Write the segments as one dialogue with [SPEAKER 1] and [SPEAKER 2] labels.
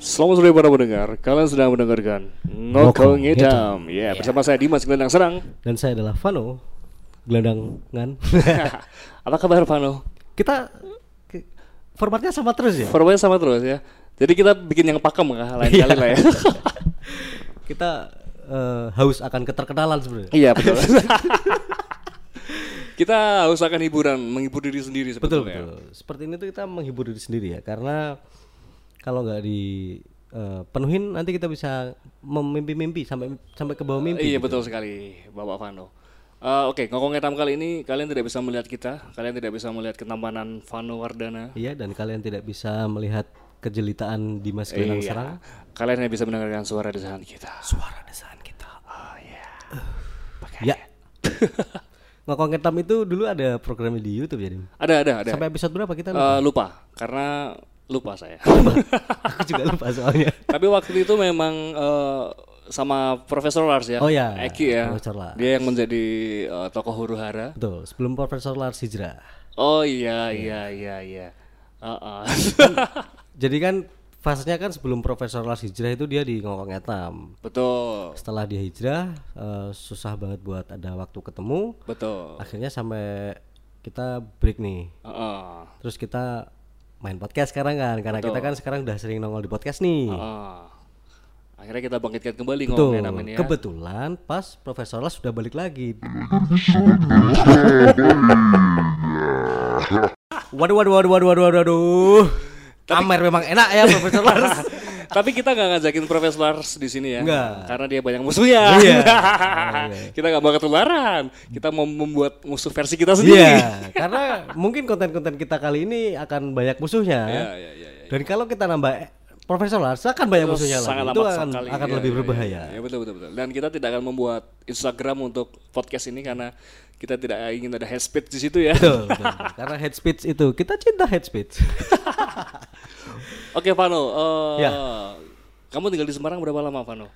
[SPEAKER 1] Selamat sore para pendengar. Kalian sedang mendengarkan
[SPEAKER 2] Ngokong
[SPEAKER 1] Ngokong
[SPEAKER 2] Iya.
[SPEAKER 1] Hitam. Ya, bersama saya Dimas Gelendang Serang.
[SPEAKER 2] Dan saya adalah Vano Gelandangan
[SPEAKER 1] Apa kabar Pano?
[SPEAKER 2] Kita ke- formatnya sama terus ya?
[SPEAKER 1] Formatnya sama terus ya. Jadi kita bikin yang pakem kah lain kali lah ya.
[SPEAKER 2] Kita eh, haus akan keterkenalan sebenarnya
[SPEAKER 1] Iya betul. kita harus akan hiburan, menghibur diri sendiri
[SPEAKER 2] Betul,
[SPEAKER 1] sebetulnya.
[SPEAKER 2] betul Seperti ini tuh kita menghibur diri sendiri ya Karena kalau nggak dipenuhin nanti kita bisa memimpi-mimpi sampai sampai ke bawah mimpi
[SPEAKER 1] Iya betul sekali Bapak Vano. Eh, Oke, ngokong hitam kali ini kalian tidak bisa melihat kita, kalian tidak bisa melihat ketampanan Vano Wardana.
[SPEAKER 2] Iya dan kalian tidak bisa melihat kejelitaan Dimas Gelandang Serang
[SPEAKER 1] Iya. Kalian hanya bisa mendengarkan suara desahan kita.
[SPEAKER 2] Suara desahan kita. Oh iya. Ya. Ngokong Ketam itu dulu ada programnya di YouTube ya, Dim?
[SPEAKER 1] Ada, ada, ada.
[SPEAKER 2] Sampai episode berapa kita? lupa.
[SPEAKER 1] Eh, lupa karena lupa saya.
[SPEAKER 2] Aku juga lupa soalnya.
[SPEAKER 1] Tapi waktu itu memang eh, sama Profesor Lars ya.
[SPEAKER 2] Oh ya,
[SPEAKER 1] Eki ya.
[SPEAKER 2] Profesor Lars.
[SPEAKER 1] Dia yang menjadi eh, tokoh huru hara.
[SPEAKER 2] Betul, sebelum Profesor Lars hijrah.
[SPEAKER 1] Oh iya iya iya iya. Heeh.
[SPEAKER 2] Jadi kan fasenya kan sebelum Profesor Lars hijrah itu dia di Ngokong Ketam.
[SPEAKER 1] betul.
[SPEAKER 2] Setelah dia hijrah, eh, susah banget buat ada waktu ketemu.
[SPEAKER 1] Betul.
[SPEAKER 2] Akhirnya sampai kita break nih.
[SPEAKER 1] Heeh.
[SPEAKER 2] Terus kita main podcast sekarang kan karena kita kan sekarang udah sering nongol di podcast nih.
[SPEAKER 1] Heeh. Akhirnya kita bangkitkan kembali
[SPEAKER 2] Tuh,
[SPEAKER 1] ngomongin namanya. ya.
[SPEAKER 2] kebetulan pas Profesor Las sudah balik lagi. waduh, waduh, waduh, waduh, waduh, waduh, waduh. Amer memang enak ya Profesor Las.
[SPEAKER 1] Tapi kita nggak ngajakin Profesor Lars di sini ya.
[SPEAKER 2] Nggak.
[SPEAKER 1] Karena dia banyak musuhnya.
[SPEAKER 2] Iya.
[SPEAKER 1] kita nggak mau ketularan. Kita mau membuat musuh versi kita sendiri.
[SPEAKER 2] Iya, karena mungkin konten-konten kita kali ini akan banyak
[SPEAKER 1] Iya,
[SPEAKER 2] musuhnya. ya.
[SPEAKER 1] iya, iya.
[SPEAKER 2] Dan kalau kita nambah eh, Profesor Lars akan banyak musuhnya
[SPEAKER 1] sangat
[SPEAKER 2] lagi.
[SPEAKER 1] amat
[SPEAKER 2] Itu akan,
[SPEAKER 1] sekali.
[SPEAKER 2] akan
[SPEAKER 1] Iya,
[SPEAKER 2] lebih
[SPEAKER 1] iya,
[SPEAKER 2] berbahaya.
[SPEAKER 1] iya. Ya, betul betul betul. Dan kita tidak akan membuat Instagram untuk podcast ini karena kita tidak ingin ada hate speech di situ ya.
[SPEAKER 2] Betul, betul, betul. Karena head speech itu kita cinta head speech.
[SPEAKER 1] Oke, Vano. eh,
[SPEAKER 2] Ya.
[SPEAKER 1] Kamu tinggal di Semarang berapa lama, Vano?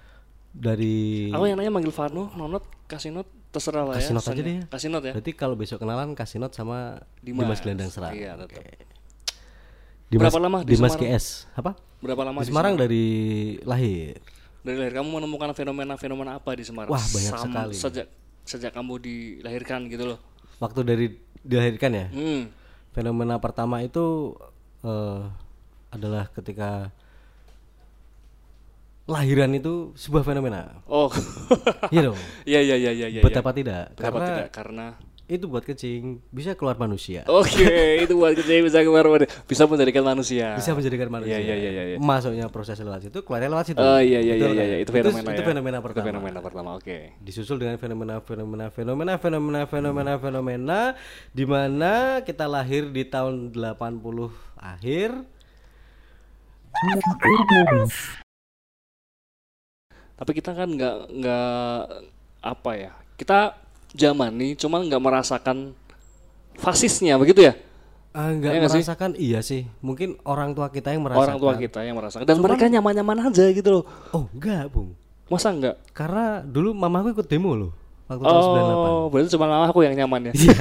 [SPEAKER 2] Dari
[SPEAKER 1] Aku yang nanya manggil Vano, Nonot, Kasinot, terserah lah ya.
[SPEAKER 2] Kasinot aja deh ya.
[SPEAKER 1] Kasinot ya.
[SPEAKER 2] Berarti kalau besok kenalan kasih not sama
[SPEAKER 1] Dimas.
[SPEAKER 2] Dimas, Gelandang Serang.
[SPEAKER 1] Iya,
[SPEAKER 2] Oke.
[SPEAKER 1] tetap.
[SPEAKER 2] Dimas,
[SPEAKER 1] Berapa lama di
[SPEAKER 2] Dimas
[SPEAKER 1] Semarang?
[SPEAKER 2] GS? Apa?
[SPEAKER 1] Berapa lama
[SPEAKER 2] di Semarang dari lahir.
[SPEAKER 1] dari lahir kamu menemukan fenomena-fenomena apa di Semarang?
[SPEAKER 2] Wah, banyak
[SPEAKER 1] Sam-
[SPEAKER 2] sekali.
[SPEAKER 1] Sejak sejak kamu dilahirkan gitu loh.
[SPEAKER 2] Waktu dari dilahirkan ya.
[SPEAKER 1] Hmm.
[SPEAKER 2] Fenomena pertama itu eh, adalah ketika lahiran itu sebuah fenomena.
[SPEAKER 1] Oh.
[SPEAKER 2] Iya dong.
[SPEAKER 1] Iya iya iya iya iya.
[SPEAKER 2] Betapa tidak.
[SPEAKER 1] Kenapa
[SPEAKER 2] Karena
[SPEAKER 1] tidak? Karena
[SPEAKER 2] itu buat kencing bisa keluar manusia.
[SPEAKER 1] Oke, itu buat kerja bisa keluar wadah. bisa menjadikan manusia.
[SPEAKER 2] Bisa menjadikan manusia.
[SPEAKER 1] iya, iya, iya, iya.
[SPEAKER 2] Masuknya proses lewat situ, keluarnya lewat situ.
[SPEAKER 1] Oh iya iya iya
[SPEAKER 2] Betul
[SPEAKER 1] iya,
[SPEAKER 2] kan?
[SPEAKER 1] iya, itu fenomena
[SPEAKER 2] itu
[SPEAKER 1] ya.
[SPEAKER 2] fenomena
[SPEAKER 1] Itu
[SPEAKER 2] pertama.
[SPEAKER 1] fenomena pertama, oke.
[SPEAKER 2] disusul dengan fenomena fenomena fenomena fenomena fenomena fenomena di mana kita lahir di tahun 80 akhir
[SPEAKER 1] Tapi kita kan nggak nggak apa ya? Kita zaman nih cuman nggak merasakan fasisnya begitu ya?
[SPEAKER 2] Ah, nggak
[SPEAKER 1] Iya nggak sih?
[SPEAKER 2] merasakan iya sih mungkin orang tua kita yang
[SPEAKER 1] Orang
[SPEAKER 2] merasakan
[SPEAKER 1] tua kita yang merasakan dan mereka nyaman-nyaman aja gitu loh.
[SPEAKER 2] oh enggak bung
[SPEAKER 1] Masa enggak?
[SPEAKER 2] karena dulu mamaku ikut demo loh waktu tahun
[SPEAKER 1] Oh, berarti cuma mama aku yang nyaman ya.
[SPEAKER 2] Iya.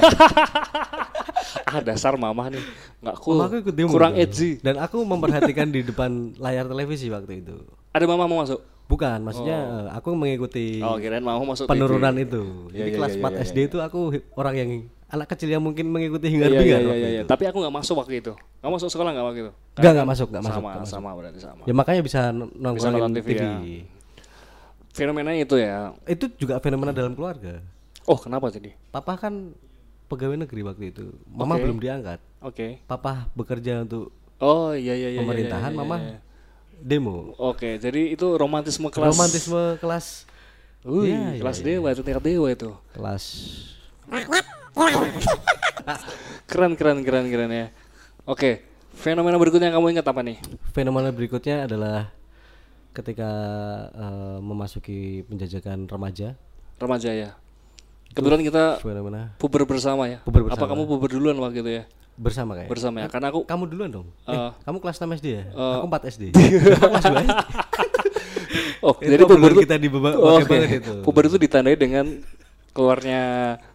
[SPEAKER 1] ah, dasar mama nih. Nggak
[SPEAKER 2] 98
[SPEAKER 1] cool.
[SPEAKER 2] mamaku ikut demo
[SPEAKER 1] Kurang
[SPEAKER 2] dulu.
[SPEAKER 1] edgy.
[SPEAKER 2] dan aku memperhatikan di depan layar televisi waktu itu
[SPEAKER 1] Ada mama mau masuk?
[SPEAKER 2] bukan maksudnya eh, aku mengikuti
[SPEAKER 1] Oh, kirain mama masuk. TV.
[SPEAKER 2] penurunan itu. Jadi
[SPEAKER 1] iya,
[SPEAKER 2] kelas
[SPEAKER 1] iya,
[SPEAKER 2] 4 SD itu aku hi- orang yang anak kecil yang mungkin mengikuti kan? hingar
[SPEAKER 1] Iya, iya,
[SPEAKER 2] bingar.
[SPEAKER 1] iya,
[SPEAKER 2] waktu
[SPEAKER 1] iya,
[SPEAKER 2] itu.
[SPEAKER 1] iya. Tapi aku nggak masuk waktu itu. Kamu masuk sekolah nggak waktu itu?
[SPEAKER 2] Enggak enggak masuk, enggak masuk.
[SPEAKER 1] sama, sama berarti sama.
[SPEAKER 2] Ya makanya bisa n- nongkrongin
[SPEAKER 1] nonton TV,
[SPEAKER 2] TV.
[SPEAKER 1] ya. Fenomena itu ya.
[SPEAKER 2] Itu juga fenomena dalam keluarga.
[SPEAKER 1] Oh, kenapa jadi?
[SPEAKER 2] Papa kan pegawai negeri waktu itu. Mama belum diangkat.
[SPEAKER 1] Oke.
[SPEAKER 2] Papa bekerja untuk
[SPEAKER 1] Oh, iya iya iya. iya, iya.
[SPEAKER 2] pemerintahan, mama demo.
[SPEAKER 1] Oke, jadi itu romantisme kelas
[SPEAKER 2] Romantisme kelas
[SPEAKER 1] Wih,
[SPEAKER 2] Iya,
[SPEAKER 1] kelas dewa itu tingkat dewa itu.
[SPEAKER 2] kelas
[SPEAKER 1] Keren keren keren keren ya. Oke, fenomena berikutnya yang kamu ingat apa nih?
[SPEAKER 2] fenomena berikutnya adalah ketika eh, memasuki penjajakan remaja
[SPEAKER 1] Remaja ya. Kebetulan kita
[SPEAKER 2] fenomena
[SPEAKER 1] puber bersama ya.
[SPEAKER 2] Puber bersama. Eh.
[SPEAKER 1] Apa kamu puber duluan waktu itu ya?
[SPEAKER 2] bersama kayak
[SPEAKER 1] Bersama ya. Karena aku
[SPEAKER 2] kamu duluan dong eh,
[SPEAKER 1] Eh.
[SPEAKER 2] kamu kelas 6 SD ya
[SPEAKER 1] Eh.
[SPEAKER 2] aku 4 SD Aku kelas 2 SD
[SPEAKER 1] Oh,
[SPEAKER 2] Itu
[SPEAKER 1] jadi puber
[SPEAKER 2] obrolan
[SPEAKER 1] itu-
[SPEAKER 2] kita di beba- gitu?
[SPEAKER 1] Oke.
[SPEAKER 2] pakai banget itu.
[SPEAKER 1] Puber itu ditandai dengan keluarnya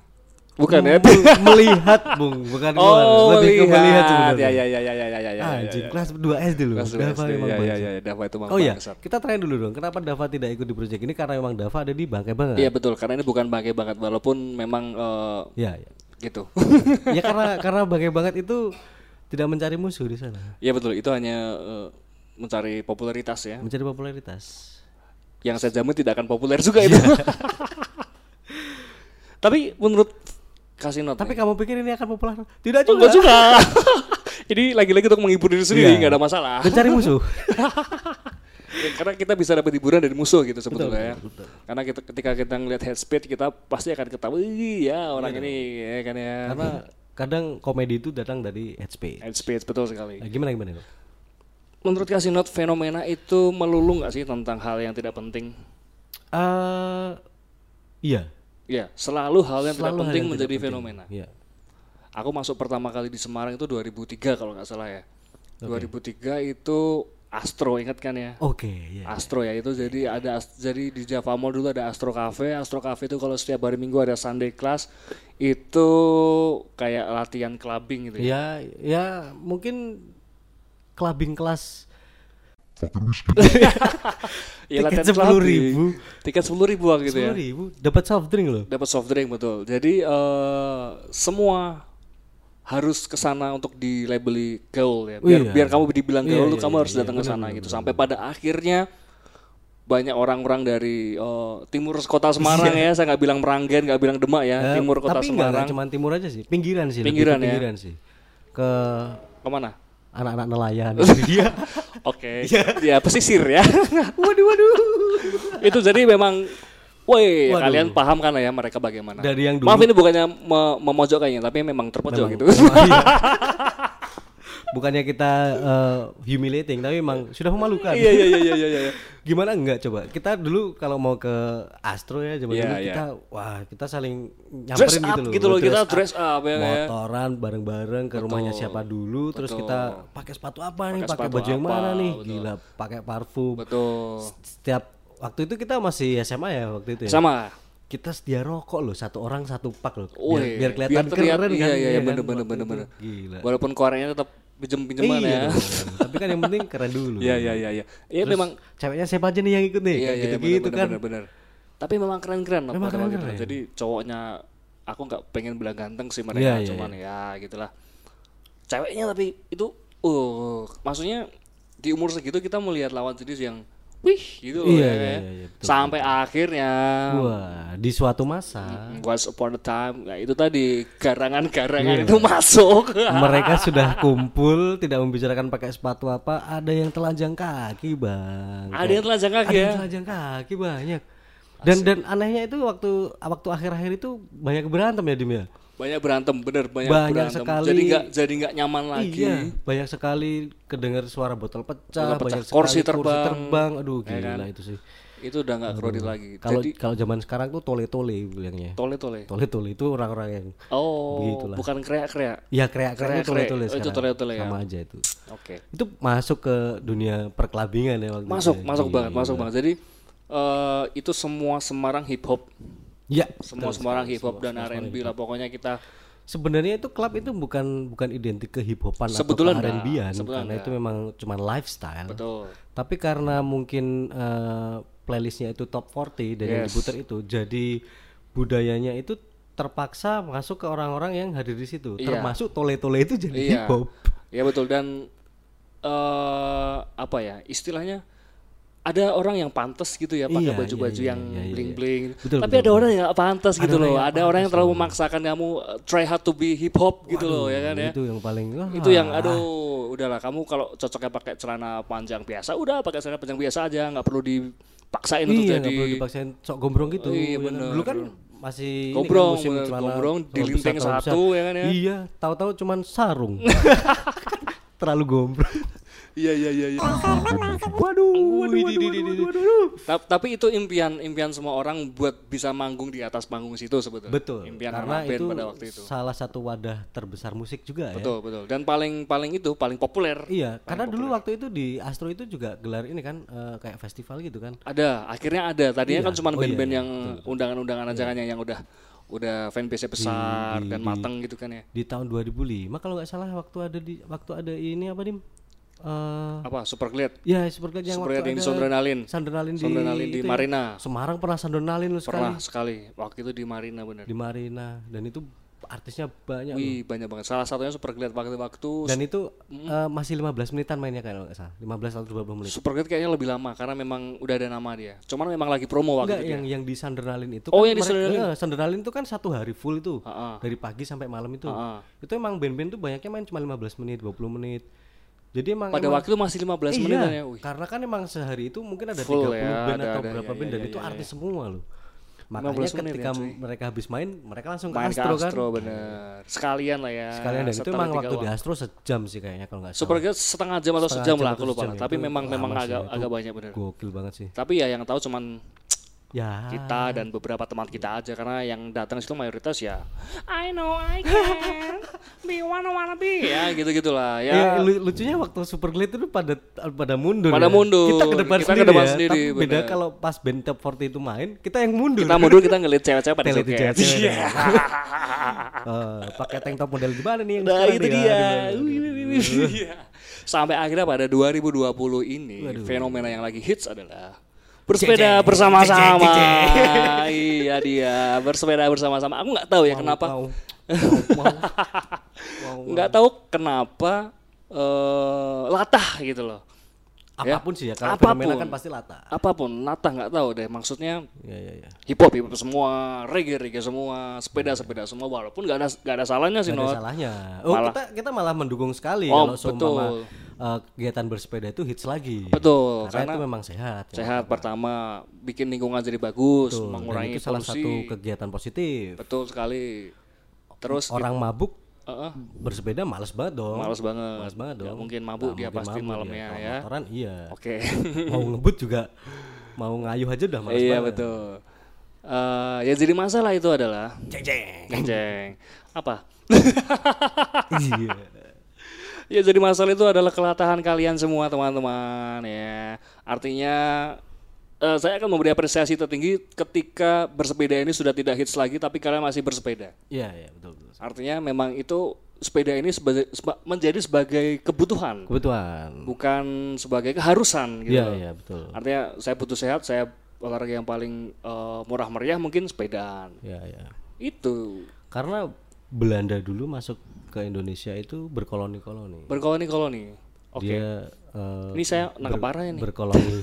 [SPEAKER 1] Bukan ya?
[SPEAKER 2] Mel- melihat Bung, Hmm, bukan keluar. Lebih ke melihat
[SPEAKER 1] Ya
[SPEAKER 2] sebenarnya.
[SPEAKER 1] ya ya ya ya ya ya. ya, ya,
[SPEAKER 2] Anjing,
[SPEAKER 1] ya.
[SPEAKER 2] kelas 2 SD loh.
[SPEAKER 1] Kelas dua
[SPEAKER 2] Dava
[SPEAKER 1] SD.
[SPEAKER 2] memang
[SPEAKER 1] Ya ya
[SPEAKER 2] bangsat.
[SPEAKER 1] ya. ya. Dava itu memang
[SPEAKER 2] Oh iya,
[SPEAKER 1] bangsat.
[SPEAKER 2] kita tanya dulu dong. Kenapa Dava tidak ikut di proyek ini? Karena memang Dava ada di bangkai banget.
[SPEAKER 1] Iya betul. Karena ini bukan bangke banget walaupun memang eh,
[SPEAKER 2] Ya, ya.
[SPEAKER 1] gitu.
[SPEAKER 2] ya karena karena bangkai banget itu tidak mencari musuh di sana,
[SPEAKER 1] Iya betul. Itu hanya eh, mencari popularitas ya.
[SPEAKER 2] mencari popularitas.
[SPEAKER 1] Yang saya jamin tidak akan populer juga itu.
[SPEAKER 2] Iya.
[SPEAKER 1] Tapi menurut kasino
[SPEAKER 2] Tapi kamu pikir ini akan populer? Tidak
[SPEAKER 1] Oh,
[SPEAKER 2] juga.
[SPEAKER 1] Enggak juga. Jadi lagi-lagi untuk menghibur diri
[SPEAKER 2] Iya.
[SPEAKER 1] sendiri nggak ada masalah.
[SPEAKER 2] Mencari musuh.
[SPEAKER 1] Ya, karena kita bisa dapat hiburan dari musuh gitu sebetulnya. ya. Karena kita ketika kita ngelihat head speed kita pasti akan ketahui "Ih, ya orang ini ya kan ya.
[SPEAKER 2] karena kadang komedi itu datang dari headspace.
[SPEAKER 1] Head speed betul sekali.
[SPEAKER 2] Nah, gimana gimana? Dok?
[SPEAKER 1] Menurut Kasinot fenomena itu melulu nggak sih tentang hal yang tidak penting?
[SPEAKER 2] Eh, iya.
[SPEAKER 1] Ya, selalu
[SPEAKER 2] Selalu hal
[SPEAKER 1] hal yang tidak penting
[SPEAKER 2] yang tidak
[SPEAKER 1] menjadi
[SPEAKER 2] penting.
[SPEAKER 1] fenomena.
[SPEAKER 2] Iya.
[SPEAKER 1] Aku masuk pertama kali di Semarang itu 2003 kalau nggak salah ya. 2003 itu Astro ingat kan ya?
[SPEAKER 2] Oke, iya.
[SPEAKER 1] Astro ya itu jadi ada as- jadi di Java Mall dulu ada Astro Cafe. Astro Cafe itu kalau setiap hari Minggu ada Sunday class itu kayak latihan clubbing gitu ya.
[SPEAKER 2] Ya, ya mungkin clubbing kelas
[SPEAKER 1] Iya,
[SPEAKER 2] Tiket
[SPEAKER 1] latihan
[SPEAKER 2] 10.000.
[SPEAKER 1] clubbing. Tiket 10.000 waktu gitu ya.
[SPEAKER 2] 10.000 dapat soft drink loh.
[SPEAKER 1] Dapat soft drink betul. Jadi eh, semua harus ke sana untuk dilabeli gaul ya. Biar,
[SPEAKER 2] Iya.
[SPEAKER 1] biar kamu dibilang
[SPEAKER 2] Iya,
[SPEAKER 1] gaul tuh
[SPEAKER 2] iya,
[SPEAKER 1] kamu
[SPEAKER 2] iya,
[SPEAKER 1] harus datang ke sana gitu. Sampai pada akhirnya banyak orang-orang dari eh, timur kota Semarang ya. Saya nggak bilang Meranggen, nggak bilang Demak
[SPEAKER 2] Iya.
[SPEAKER 1] ya.
[SPEAKER 2] Eh,
[SPEAKER 1] timur kota
[SPEAKER 2] tapi enggak,
[SPEAKER 1] Semarang.
[SPEAKER 2] cuma timur aja sih, pinggiran sih. lebih ke
[SPEAKER 1] Pinggiran ya.
[SPEAKER 2] pinggiran sih. Ke
[SPEAKER 1] Kemana?
[SPEAKER 2] anak-anak nelayan gitu dia.
[SPEAKER 1] Oke,
[SPEAKER 2] Iya.
[SPEAKER 1] ya pesisir ya.
[SPEAKER 2] waduh, waduh.
[SPEAKER 1] itu jadi memang, woi kalian paham kan ya mereka bagaimana?
[SPEAKER 2] Dari yang dulu-
[SPEAKER 1] Maaf ini bukannya me- memojok kayaknya, tapi memang terpojok gitu.
[SPEAKER 2] Oh, iya. Bukannya kita eh, humiliating, tapi emang sudah memalukan.
[SPEAKER 1] Iya iya iya iya iya. iya.
[SPEAKER 2] Gimana enggak coba? Kita dulu kalau mau ke Astro ya zaman
[SPEAKER 1] Iya,
[SPEAKER 2] dulu
[SPEAKER 1] iya.
[SPEAKER 2] kita wah, kita saling
[SPEAKER 1] Dress
[SPEAKER 2] nyamperin
[SPEAKER 1] up
[SPEAKER 2] gitu loh.
[SPEAKER 1] gitu loh, kita
[SPEAKER 2] dress
[SPEAKER 1] dress up ya kayak.
[SPEAKER 2] motoran bareng-bareng ke rumahnya siapa dulu terus kita pakai sepatu apa nih pakai
[SPEAKER 1] sepatu
[SPEAKER 2] baju yang
[SPEAKER 1] apa,
[SPEAKER 2] mana nih gila pakai parfum
[SPEAKER 1] Betul.
[SPEAKER 2] setiap waktu itu kita masih SMA ya waktu itu ya
[SPEAKER 1] Sama.
[SPEAKER 2] kita sedia rokok loh satu orang satu pak loh biar,
[SPEAKER 1] Woi,
[SPEAKER 2] biar kelihatan
[SPEAKER 1] terlihat-
[SPEAKER 2] keren
[SPEAKER 1] iya,
[SPEAKER 2] kan
[SPEAKER 1] Iya
[SPEAKER 2] iya
[SPEAKER 1] iya
[SPEAKER 2] kan?
[SPEAKER 1] bener bener
[SPEAKER 2] Waktu
[SPEAKER 1] bener
[SPEAKER 2] itu.
[SPEAKER 1] bener.
[SPEAKER 2] gila
[SPEAKER 1] Walaupun koreanya tetap pinjem pinjeman
[SPEAKER 2] iya
[SPEAKER 1] ya.
[SPEAKER 2] dong. tapi kan yang penting keren dulu
[SPEAKER 1] Iya iya iya iya. Iya memang
[SPEAKER 2] ceweknya siapa aja nih yang ikut nih
[SPEAKER 1] Iya,
[SPEAKER 2] kayak
[SPEAKER 1] iya,
[SPEAKER 2] gitu-gitu
[SPEAKER 1] bener,
[SPEAKER 2] kan
[SPEAKER 1] bener, bener. Tapi memang keren-keren lah
[SPEAKER 2] Memang
[SPEAKER 1] pokoknya
[SPEAKER 2] keren-keren
[SPEAKER 1] gitu.
[SPEAKER 2] ya.
[SPEAKER 1] Jadi cowoknya aku nggak pengen bilang ganteng sih mereka,
[SPEAKER 2] Iya, iya,
[SPEAKER 1] cuman ya gitulah. Ceweknya tapi itu uh maksudnya di umur segitu kita melihat lawan jenis yang wih gitu loh
[SPEAKER 2] Iya, iya,
[SPEAKER 1] ya. ya.
[SPEAKER 2] iya, iya, betul, Ah.
[SPEAKER 1] Sampai akhirnya
[SPEAKER 2] kan. wah di suatu masa
[SPEAKER 1] Once upon a time, nah itu tadi
[SPEAKER 2] Iya.
[SPEAKER 1] garangan-garangan itu masuk.
[SPEAKER 2] mereka sudah kumpul tidak membicarakan pakai sepatu apa ada yang telanjang kaki bang
[SPEAKER 1] Ada yang telanjang kaki
[SPEAKER 2] ada
[SPEAKER 1] ya.
[SPEAKER 2] yang telanjang kaki banyak dan dan anehnya itu waktu waktu akhir-akhir itu banyak berantem ya Dim ya
[SPEAKER 1] Banyak berantem, bener banyak,
[SPEAKER 2] Banyak
[SPEAKER 1] berantem.
[SPEAKER 2] sekali.
[SPEAKER 1] Jadi nggak jadi nggak nyaman lagi.
[SPEAKER 2] Iya, banyak sekali kedengar suara botol pecah,
[SPEAKER 1] Botol pecah,
[SPEAKER 2] banyak sekali
[SPEAKER 1] kursi terbang. Ya kan?
[SPEAKER 2] terbang. Aduh, gila itu sih.
[SPEAKER 1] Itu udah nggak kredit lagi.
[SPEAKER 2] Kalau kalau zaman sekarang tuh tole-tole bilangnya.
[SPEAKER 1] Tole-tole.
[SPEAKER 2] Tole-tole itu orang-orang yang
[SPEAKER 1] Oh, bukan kreak-kreak.
[SPEAKER 2] ya kreak-kreak itu
[SPEAKER 1] Kreak-kreak,
[SPEAKER 2] tole-tole
[SPEAKER 1] itu
[SPEAKER 2] sekarang.
[SPEAKER 1] tole-tole ya.
[SPEAKER 2] Sama aja itu.
[SPEAKER 1] Oke.
[SPEAKER 2] Itu masuk ke dunia perkelabingan ya waktu
[SPEAKER 1] Masuk,
[SPEAKER 2] itu ya.
[SPEAKER 1] masuk banget, masuk banget. Jadi eh, itu semua Semarang hip hop,
[SPEAKER 2] Ya,
[SPEAKER 1] semua Semarang hip hop dan R&B lah pokoknya kita
[SPEAKER 2] sebenarnya itu klub itu bukan bukan identik ke hip hopan atau ke
[SPEAKER 1] Sebetulnya enggak,
[SPEAKER 2] R&B-an
[SPEAKER 1] sebetulnya
[SPEAKER 2] karena itu memang cuman lifestyle.
[SPEAKER 1] betul.
[SPEAKER 2] Tapi karena mungkin eh, playlistnya itu top 40 dan yang diputar itu, jadi budayanya itu terpaksa masuk ke orang-orang yang hadir di situ, termasuk tole-tole itu jadi
[SPEAKER 1] Iya.
[SPEAKER 2] hip hop.
[SPEAKER 1] Iya betul dan eh apa ya istilahnya ada orang yang pantas gitu ya pakai
[SPEAKER 2] Iya,
[SPEAKER 1] baju-baju
[SPEAKER 2] iya,
[SPEAKER 1] yang
[SPEAKER 2] iya, iya,
[SPEAKER 1] bling-bling.
[SPEAKER 2] Betul,
[SPEAKER 1] Tapi ada orang yang gak pantas gitu loh. Ada orang yang terlalu memaksakan kamu eh, try hard to be hip hop gitu loh ya kan ya.
[SPEAKER 2] Itu yang paling wah,
[SPEAKER 1] Itu yang aduh udahlah kamu kalau cocoknya pakai celana panjang biasa udah pakai celana panjang biasa aja nggak perlu dipaksain untuk
[SPEAKER 2] iya, nggak
[SPEAKER 1] jadi
[SPEAKER 2] perlu dipaksain sok gombrong gitu.
[SPEAKER 1] Iya,
[SPEAKER 2] ya kan?
[SPEAKER 1] bener,
[SPEAKER 2] Dulu kan masih ini kan
[SPEAKER 1] Gombrong,
[SPEAKER 2] musim
[SPEAKER 1] bener,
[SPEAKER 2] celana
[SPEAKER 1] gombrong,
[SPEAKER 2] celana
[SPEAKER 1] di
[SPEAKER 2] besar,
[SPEAKER 1] linteng
[SPEAKER 2] celana besar.
[SPEAKER 1] satu, ya kan ya?
[SPEAKER 2] Iya, tahu-tahu cuman sarung. terlalu gombrong.
[SPEAKER 1] Iya iya iya. iya.
[SPEAKER 2] Waduh, waduh, waduh, waduh, waduh, waduh.
[SPEAKER 1] Ta- Tapi itu impian impian semua orang buat bisa manggung di atas panggung situ sebetulnya.
[SPEAKER 2] Betul.
[SPEAKER 1] Impian
[SPEAKER 2] karena
[SPEAKER 1] anak band
[SPEAKER 2] itu, ya.
[SPEAKER 1] pada waktu itu.
[SPEAKER 2] salah satu wadah terbesar musik juga ya.
[SPEAKER 1] Betul betul. Dan paling paling itu paling populer.
[SPEAKER 2] Iya, karena dulu waktu itu di Astro itu juga gelar ini kan eh, kayak festival gitu kan.
[SPEAKER 1] Ada, akhirnya ada. Tadinya kan
[SPEAKER 2] Oh,
[SPEAKER 1] cuma
[SPEAKER 2] iya,
[SPEAKER 1] band-band
[SPEAKER 2] iya.
[SPEAKER 1] yang undangan-undangan ajakannya yang udah udah fanbase besar dan mateng gitu kan ya.
[SPEAKER 2] Di tahun 2005 kalau nggak salah waktu ada di waktu ada ini apa nih? Eh
[SPEAKER 1] Apa Super Glad?
[SPEAKER 2] ya seperti yang
[SPEAKER 1] Super Glad
[SPEAKER 2] waktu
[SPEAKER 1] yang
[SPEAKER 2] ada
[SPEAKER 1] Sondrenalin.
[SPEAKER 2] Sandrenalin di
[SPEAKER 1] Sondrenalin di
[SPEAKER 2] itu ya.
[SPEAKER 1] Marina.
[SPEAKER 2] Semarang pernah sandrenalin lu sekali
[SPEAKER 1] Pernah sekali. Waktu itu di Marina bener.
[SPEAKER 2] di Marina dan itu artisnya banyak loh.
[SPEAKER 1] Wih, banyak banget. Salah satunya Super Glad waktu-waktu
[SPEAKER 2] dan itu eh, masih 15 menitan mainnya kan, kalau nggak salah 15 atau 20 menit
[SPEAKER 1] Super Glad kayaknya lebih lama karena memang udah ada nama dia. Cuman memang lagi promo
[SPEAKER 2] enggak
[SPEAKER 1] waktu itu.
[SPEAKER 2] yang yang di Sandrenalin itu
[SPEAKER 1] gitu Oh, yang
[SPEAKER 2] mereka-
[SPEAKER 1] di Sandrenalin.
[SPEAKER 2] eh, Sandrenalin itu kan satu hari full itu
[SPEAKER 1] Ha-ha.
[SPEAKER 2] dari pagi sampai malam itu
[SPEAKER 1] Ha-ha.
[SPEAKER 2] itu emang band-band tuh banyaknya main cuma 15 menit 20 menit jadi emang
[SPEAKER 1] Pada
[SPEAKER 2] emang-
[SPEAKER 1] waktu itu masih 15
[SPEAKER 2] Iya,
[SPEAKER 1] menit kan ya. Wih.
[SPEAKER 2] karena kan emang sehari itu mungkin ada
[SPEAKER 1] Full
[SPEAKER 2] 30
[SPEAKER 1] ya,
[SPEAKER 2] band
[SPEAKER 1] ada-
[SPEAKER 2] atau
[SPEAKER 1] ada,
[SPEAKER 2] berapa
[SPEAKER 1] iya,
[SPEAKER 2] band dan
[SPEAKER 1] iya,
[SPEAKER 2] itu
[SPEAKER 1] iya,
[SPEAKER 2] artis semua loh. Makanya
[SPEAKER 1] 15 menit
[SPEAKER 2] ketika
[SPEAKER 1] ya, cuy.
[SPEAKER 2] mereka habis main, mereka langsung ke
[SPEAKER 1] Main
[SPEAKER 2] Astro,
[SPEAKER 1] ke Astro
[SPEAKER 2] kan.
[SPEAKER 1] bener. Sekalian lah ya.
[SPEAKER 2] Sekalian dan itu
[SPEAKER 1] setelah
[SPEAKER 2] emang
[SPEAKER 1] tiga
[SPEAKER 2] waktu di
[SPEAKER 1] uang.
[SPEAKER 2] Astro sejam sih kayaknya kalau nggak salah.
[SPEAKER 1] Super Glad setengah jam atau
[SPEAKER 2] Setengah
[SPEAKER 1] sejam
[SPEAKER 2] jam
[SPEAKER 1] lah
[SPEAKER 2] atau
[SPEAKER 1] aku lupa
[SPEAKER 2] sejam
[SPEAKER 1] lah.
[SPEAKER 2] ya,
[SPEAKER 1] Tapi
[SPEAKER 2] itu
[SPEAKER 1] memang memang
[SPEAKER 2] lama sih,
[SPEAKER 1] agak
[SPEAKER 2] itu
[SPEAKER 1] agak banyak bener.
[SPEAKER 2] Gokil banget sih.
[SPEAKER 1] Tapi ya yang tahu cuman
[SPEAKER 2] Ya.
[SPEAKER 1] kita dan beberapa teman kita aja karena yang datang situ mayoritas ya I know I can be wanna wanna be ya gitu gitulah
[SPEAKER 2] Ya,
[SPEAKER 1] ya
[SPEAKER 2] lu- lucunya waktu Super Glad itu pada pada mundur. ya.
[SPEAKER 1] Pada mundur,
[SPEAKER 2] Kita ke depan
[SPEAKER 1] kita ke
[SPEAKER 2] sendiri.
[SPEAKER 1] depan
[SPEAKER 2] ya.
[SPEAKER 1] sendiri,
[SPEAKER 2] Tapi beda
[SPEAKER 1] bener.
[SPEAKER 2] kalau pas band Top 40 itu main, kita yang mundur.
[SPEAKER 1] kita mundur kita ngeliat cewek-cewek pada
[SPEAKER 2] Telat
[SPEAKER 1] situ
[SPEAKER 2] di
[SPEAKER 1] ya.
[SPEAKER 2] cewek-cewek.
[SPEAKER 1] Iya.
[SPEAKER 2] Eh, pakai tank top model gimana nih yang
[SPEAKER 1] Nah
[SPEAKER 2] sekarang
[SPEAKER 1] itu
[SPEAKER 2] nih?
[SPEAKER 1] dia.
[SPEAKER 2] Aduh, aduh, aduh.
[SPEAKER 1] Iya. Sampai akhirnya pada 2020 ini fenomena yang lagi hits adalah bersepeda bersama-sama. iya dia bersepeda bersama-sama. Aku nggak tahu ya kenapa.
[SPEAKER 2] Wow, wow, wow.
[SPEAKER 1] Nggak tahu kenapa eh latah gitu loh.
[SPEAKER 2] apapun sih ya kalau
[SPEAKER 1] Apapun.
[SPEAKER 2] fenomena kan pasti lata
[SPEAKER 1] Apapun latah nggak tahu deh. Maksudnya
[SPEAKER 2] ya ya ya
[SPEAKER 1] hip hop hip hop semua, reggae reggae semua, sepeda sepeda semua. Walaupun nggak ada nggak ada salahnya sih
[SPEAKER 2] Nggak ada
[SPEAKER 1] Not.
[SPEAKER 2] salahnya oh
[SPEAKER 1] Malah-
[SPEAKER 2] kita kita malah mendukung sekali
[SPEAKER 1] Oh,
[SPEAKER 2] kalau seumpama
[SPEAKER 1] betul.
[SPEAKER 2] eh, kegiatan bersepeda itu hits lagi
[SPEAKER 1] Betul,
[SPEAKER 2] karena, itu memang sehat ya.
[SPEAKER 1] sehat pertama bikin lingkungan jadi bagus
[SPEAKER 2] Betul. Dan
[SPEAKER 1] mengurangi
[SPEAKER 2] itu salah
[SPEAKER 1] polusi
[SPEAKER 2] satu kegiatan positif
[SPEAKER 1] betul sekali terus
[SPEAKER 2] orang mabuk
[SPEAKER 1] Heeh,
[SPEAKER 2] bersepeda males banget dong
[SPEAKER 1] males banget
[SPEAKER 2] males banget
[SPEAKER 1] Nggak
[SPEAKER 2] dong
[SPEAKER 1] mungkin mabuk
[SPEAKER 2] Nggak
[SPEAKER 1] dia
[SPEAKER 2] mungkin
[SPEAKER 1] pasti
[SPEAKER 2] mabuk
[SPEAKER 1] malamnya
[SPEAKER 2] Kalau
[SPEAKER 1] ya
[SPEAKER 2] motoran iya
[SPEAKER 1] oke
[SPEAKER 2] mau ngebut juga mau ngayuh aja udah males
[SPEAKER 1] iya
[SPEAKER 2] banget
[SPEAKER 1] betul Eh, ya jadi masalah itu adalah
[SPEAKER 2] Jeng, jeng.
[SPEAKER 1] jeng apa
[SPEAKER 2] iya
[SPEAKER 1] ya jadi masalah itu adalah kelatahan kalian semua teman-teman ya artinya eh, saya akan memberi apresiasi tertinggi ketika bersepeda ini sudah tidak hits lagi tapi kalian masih bersepeda
[SPEAKER 2] iya iya, betul betul
[SPEAKER 1] Artinya memang itu sepeda ini sebagai- seba- menjadi sebagai kebutuhan,
[SPEAKER 2] kebutuhan
[SPEAKER 1] bukan sebagai keharusan gitu.
[SPEAKER 2] iya iya betul
[SPEAKER 1] Artinya saya butuh sehat, saya olahraga yang paling eh, murah meriah mungkin sepedaan.
[SPEAKER 2] Iya iya.
[SPEAKER 1] Itu
[SPEAKER 2] Karena Belanda dulu masuk ke Indonesia itu berkoloni-koloni.
[SPEAKER 1] berkoloni-koloni.
[SPEAKER 2] Oh,
[SPEAKER 1] Oke.
[SPEAKER 2] Dia eh,
[SPEAKER 1] Ini saya nangkep parah ini.
[SPEAKER 2] berkoloni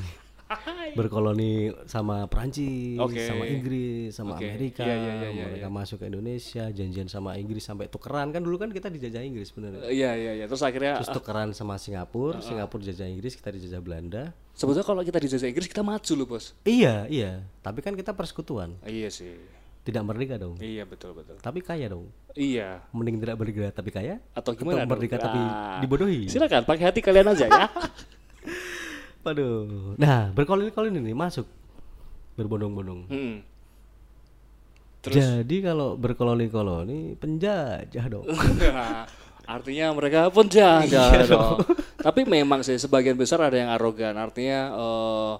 [SPEAKER 2] berkoloni sama Perancis,
[SPEAKER 1] Oke.
[SPEAKER 2] sama Inggris, sama
[SPEAKER 1] Oke.
[SPEAKER 2] Amerika.
[SPEAKER 1] Iya, iya, iya, iya,
[SPEAKER 2] mereka masuk ke Indonesia, janjian sama Inggris sampai tukeran kan dulu kan kita dijajah Inggris bener.
[SPEAKER 1] Eh, Iya iya iya. Terus akhirnya
[SPEAKER 2] Terus tukeran sama Singapura, Singapura dijajah Inggris, kita dijajah Belanda.
[SPEAKER 1] sebetulnya kalau kita dijajah Inggris kita maju loh bos.
[SPEAKER 2] Iya, iya. Tapi kan kita persekutuan,
[SPEAKER 1] Eh, Iya sih.
[SPEAKER 2] tidak merdeka dong.
[SPEAKER 1] Iya betul betul.
[SPEAKER 2] Tapi kaya dong.
[SPEAKER 1] Iya.
[SPEAKER 2] Mending tidak merdeka tapi kaya
[SPEAKER 1] Atau gimana? dong?
[SPEAKER 2] merdeka tapi
[SPEAKER 1] Ah.
[SPEAKER 2] dibodohi.
[SPEAKER 1] Silakan pakai hati kalian aja ya.
[SPEAKER 2] Waduh. Nah, berkoloni-koloni nih masuk. Berbondong-bondong.
[SPEAKER 1] Mm.
[SPEAKER 2] Jadi kalau berkoloni-koloni penjajah dong.
[SPEAKER 1] Nah, artinya mereka pun
[SPEAKER 2] Iya
[SPEAKER 1] jaga dong. Tapi memang sih sebagian besar ada yang arogan. Artinya eh,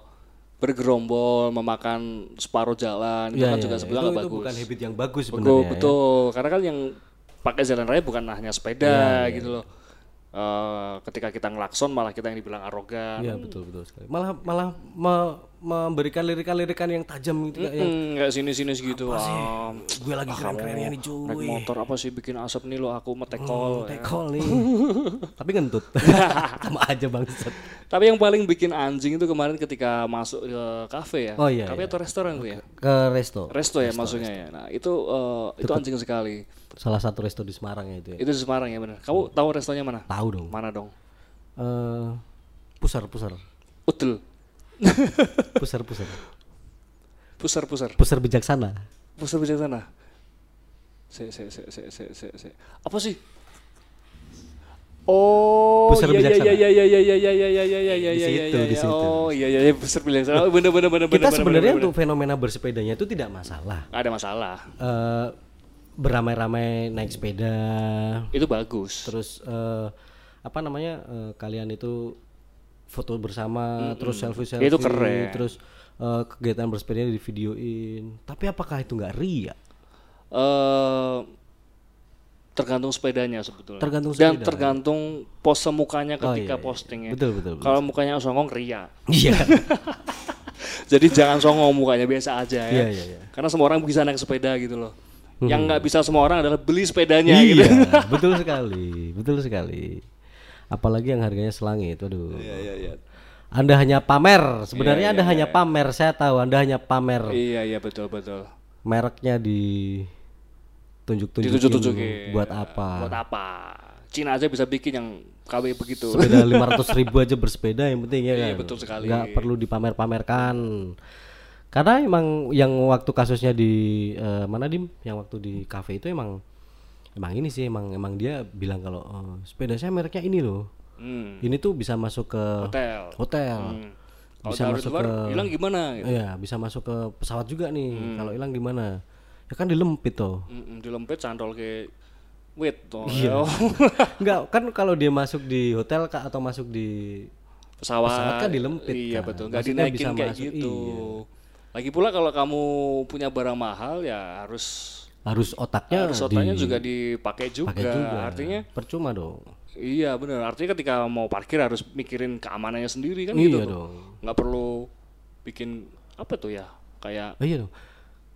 [SPEAKER 1] bergerombol, memakan separuh jalan itu
[SPEAKER 2] Ya,
[SPEAKER 1] kan
[SPEAKER 2] ya,
[SPEAKER 1] juga
[SPEAKER 2] ya.
[SPEAKER 1] sebelah
[SPEAKER 2] itu,
[SPEAKER 1] nggak
[SPEAKER 2] itu
[SPEAKER 1] bagus.
[SPEAKER 2] bukan habit yang bagus
[SPEAKER 1] Betul,
[SPEAKER 2] sebenarnya. ya.
[SPEAKER 1] betul. Karena kan yang pakai jalan raya bukan hanya sepeda
[SPEAKER 2] Iya,
[SPEAKER 1] gitu loh. Eh, ketika kita ngelakson malah kita yang dibilang arogan.
[SPEAKER 2] Iya, betul betul sekali. Malah malah me- memberikan lirikan-lirikan yang tajam gitu kayak yang
[SPEAKER 1] Hmm, nggak sini-sini segitu. Ah,
[SPEAKER 2] gue lagi keren-kerennya nih
[SPEAKER 1] naik
[SPEAKER 2] cuy. Hmm.
[SPEAKER 1] motor apa sih bikin asap nih lo aku metekol.
[SPEAKER 2] Tekol nih. Tapi ngentut. Sama aja bangsat.
[SPEAKER 1] Tapi yang paling bikin anjing itu kemarin ketika masuk ke kafe ya.
[SPEAKER 2] Oh, iya,
[SPEAKER 1] Kafe atau restoran tuh ya?
[SPEAKER 2] Ke resto.
[SPEAKER 1] Resto ya maksudnya ya. Nah, itu eh, itu anjing sekali.
[SPEAKER 2] Salah satu resto di Semarang ya itu ya.
[SPEAKER 1] Itu di Semarang ya benar. Kamu tahu restonya mana?
[SPEAKER 2] Tahu dong.
[SPEAKER 1] Mana dong?
[SPEAKER 2] Eh pusar-pusar.
[SPEAKER 1] Udel.
[SPEAKER 2] Pusar-pusar.
[SPEAKER 1] Pusar-pusar.
[SPEAKER 2] Pusar bijaksana.
[SPEAKER 1] Pusar bijaksana. Se se se se se se se. Apa sih? Oh,
[SPEAKER 2] Pusar
[SPEAKER 1] iya iya
[SPEAKER 2] Bijaksana.
[SPEAKER 1] iya iya iya iya iya iya iya iya iya
[SPEAKER 2] Di
[SPEAKER 1] iya
[SPEAKER 2] situ,
[SPEAKER 1] iya
[SPEAKER 2] di
[SPEAKER 1] iya.
[SPEAKER 2] situ.
[SPEAKER 1] Oh, iya iya iya besar bijaksana. Oh, Bener bener bener
[SPEAKER 2] Kita
[SPEAKER 1] bener, bener,
[SPEAKER 2] sebenarnya
[SPEAKER 1] bener,
[SPEAKER 2] untuk fenomena bersepedanya itu tidak masalah.
[SPEAKER 1] bener. ada masalah.
[SPEAKER 2] Eh beramai-ramai naik sepeda,
[SPEAKER 1] Itu bagus.
[SPEAKER 2] terus eh apa namanya eh, kalian itu foto bersama, terus selfie selfie,
[SPEAKER 1] Itu keren.
[SPEAKER 2] terus eh, kegiatan bersepedanya di videoin. Tapi apakah itu nggak ria?
[SPEAKER 1] Eh tergantung sepedanya sebetulnya.
[SPEAKER 2] Tergantung Oh, iya,
[SPEAKER 1] Dan tergantung pose mukanya ketika postingnya.
[SPEAKER 2] Betul, betul, betul.
[SPEAKER 1] Kalau mukanya songong ria.
[SPEAKER 2] Iya.
[SPEAKER 1] Jadi jangan songong mukanya biasa aja ya.
[SPEAKER 2] Iya, iya, iya. Hmm.
[SPEAKER 1] Karena semua orang bisa naik sepeda gitu loh. Yang nggak bisa semua orang adalah beli sepedanya gitu.
[SPEAKER 2] iya, betul sekali, betul sekali. Apalagi yang harganya selangit, waduh.
[SPEAKER 1] Iya iya.
[SPEAKER 2] Anda hanya pamer, sebenarnya Anda hanya pamer. Saya tahu Anda hanya pamer.
[SPEAKER 1] Iya iya betul betul.
[SPEAKER 2] Mereknya di tunjuk-tunjukin
[SPEAKER 1] Ditunjuk-tunjukin.
[SPEAKER 2] buat apa?
[SPEAKER 1] Buat apa? Cina aja bisa bikin yang KW begitu.
[SPEAKER 2] Sepeda 500 ribu aja bersepeda yang penting ya kan.
[SPEAKER 1] Iya, betul sekali.
[SPEAKER 2] Nggak perlu dipamer-pamerkan. Karena emang yang waktu kasusnya di eh, mana dim, yang waktu di kafe itu emang emang ini sih emang emang dia bilang kalau "Oh, sepeda saya mereknya ini loh.
[SPEAKER 1] Hmm,
[SPEAKER 2] Ini tuh bisa masuk ke
[SPEAKER 1] hotel.
[SPEAKER 2] hotel.
[SPEAKER 1] Hmm. Kalau taruh di luar, hilang gimana? Gitu.
[SPEAKER 2] Iya, bisa masuk ke pesawat juga nih.
[SPEAKER 1] Hmm.
[SPEAKER 2] Kalau hilang gimana? Ya kan dilempit tuh.
[SPEAKER 1] Mm, dilempet sandol ke wait toh.
[SPEAKER 2] Iya.
[SPEAKER 1] Oh.
[SPEAKER 2] Enggak, kan kalau dia masuk di hotel Kak, atau masuk di
[SPEAKER 1] pesawat,
[SPEAKER 2] Pesawat kan dilempit
[SPEAKER 1] Iya
[SPEAKER 2] kan.
[SPEAKER 1] betul, nggak
[SPEAKER 2] Maksudnya
[SPEAKER 1] dinaikin
[SPEAKER 2] bisa
[SPEAKER 1] kayak
[SPEAKER 2] masuk, iya.
[SPEAKER 1] gitu. Lagi pula kalau kamu punya barang mahal ya harus
[SPEAKER 2] harus otaknya
[SPEAKER 1] harus otaknya juga dipakai juga.
[SPEAKER 2] dipakai Ah, juga.
[SPEAKER 1] Artinya
[SPEAKER 2] percuma dong.
[SPEAKER 1] iya benar. Artinya ketika mau parkir harus mikirin keamanannya sendiri kan gitu.
[SPEAKER 2] Iya
[SPEAKER 1] tuh.
[SPEAKER 2] dong.
[SPEAKER 1] Nggak perlu bikin apa tuh ya kayak
[SPEAKER 2] Oh, iya dong.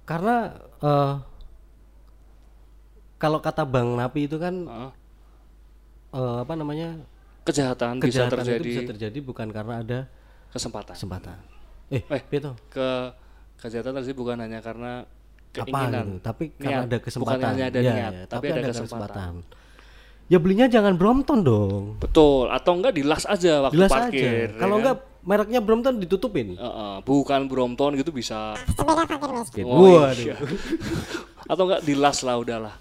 [SPEAKER 2] Karena eh, kalau kata Bang Napi itu kan
[SPEAKER 1] ah,
[SPEAKER 2] eh, apa namanya?
[SPEAKER 1] kejahatan, bisa
[SPEAKER 2] kejahatan
[SPEAKER 1] terjadi
[SPEAKER 2] itu bisa terjadi bukan karena ada
[SPEAKER 1] kesempatan.
[SPEAKER 2] kesempatan. Eh,
[SPEAKER 1] Eh,
[SPEAKER 2] piye toh?
[SPEAKER 1] Ke kejahatan terjadi bukan hanya karena
[SPEAKER 2] apa
[SPEAKER 1] keinginan,
[SPEAKER 2] gitu. Tapi karena
[SPEAKER 1] niat.
[SPEAKER 2] ada kesempatan.
[SPEAKER 1] Bukan hanya ada
[SPEAKER 2] Ya,
[SPEAKER 1] niat,
[SPEAKER 2] ya,
[SPEAKER 1] tapi, ada, kesempatan.
[SPEAKER 2] Ya belinya jangan Brompton dong.
[SPEAKER 1] Betul, atau enggak di las aja waktu
[SPEAKER 2] Jelas aja.
[SPEAKER 1] parkir. ya
[SPEAKER 2] Kalau
[SPEAKER 1] kan?
[SPEAKER 2] enggak mereknya Brompton ditutupin.
[SPEAKER 1] Heeh, bukan Brompton gitu bisa. Oh,
[SPEAKER 2] Waduh.
[SPEAKER 1] iya. atau enggak di las lah udahlah.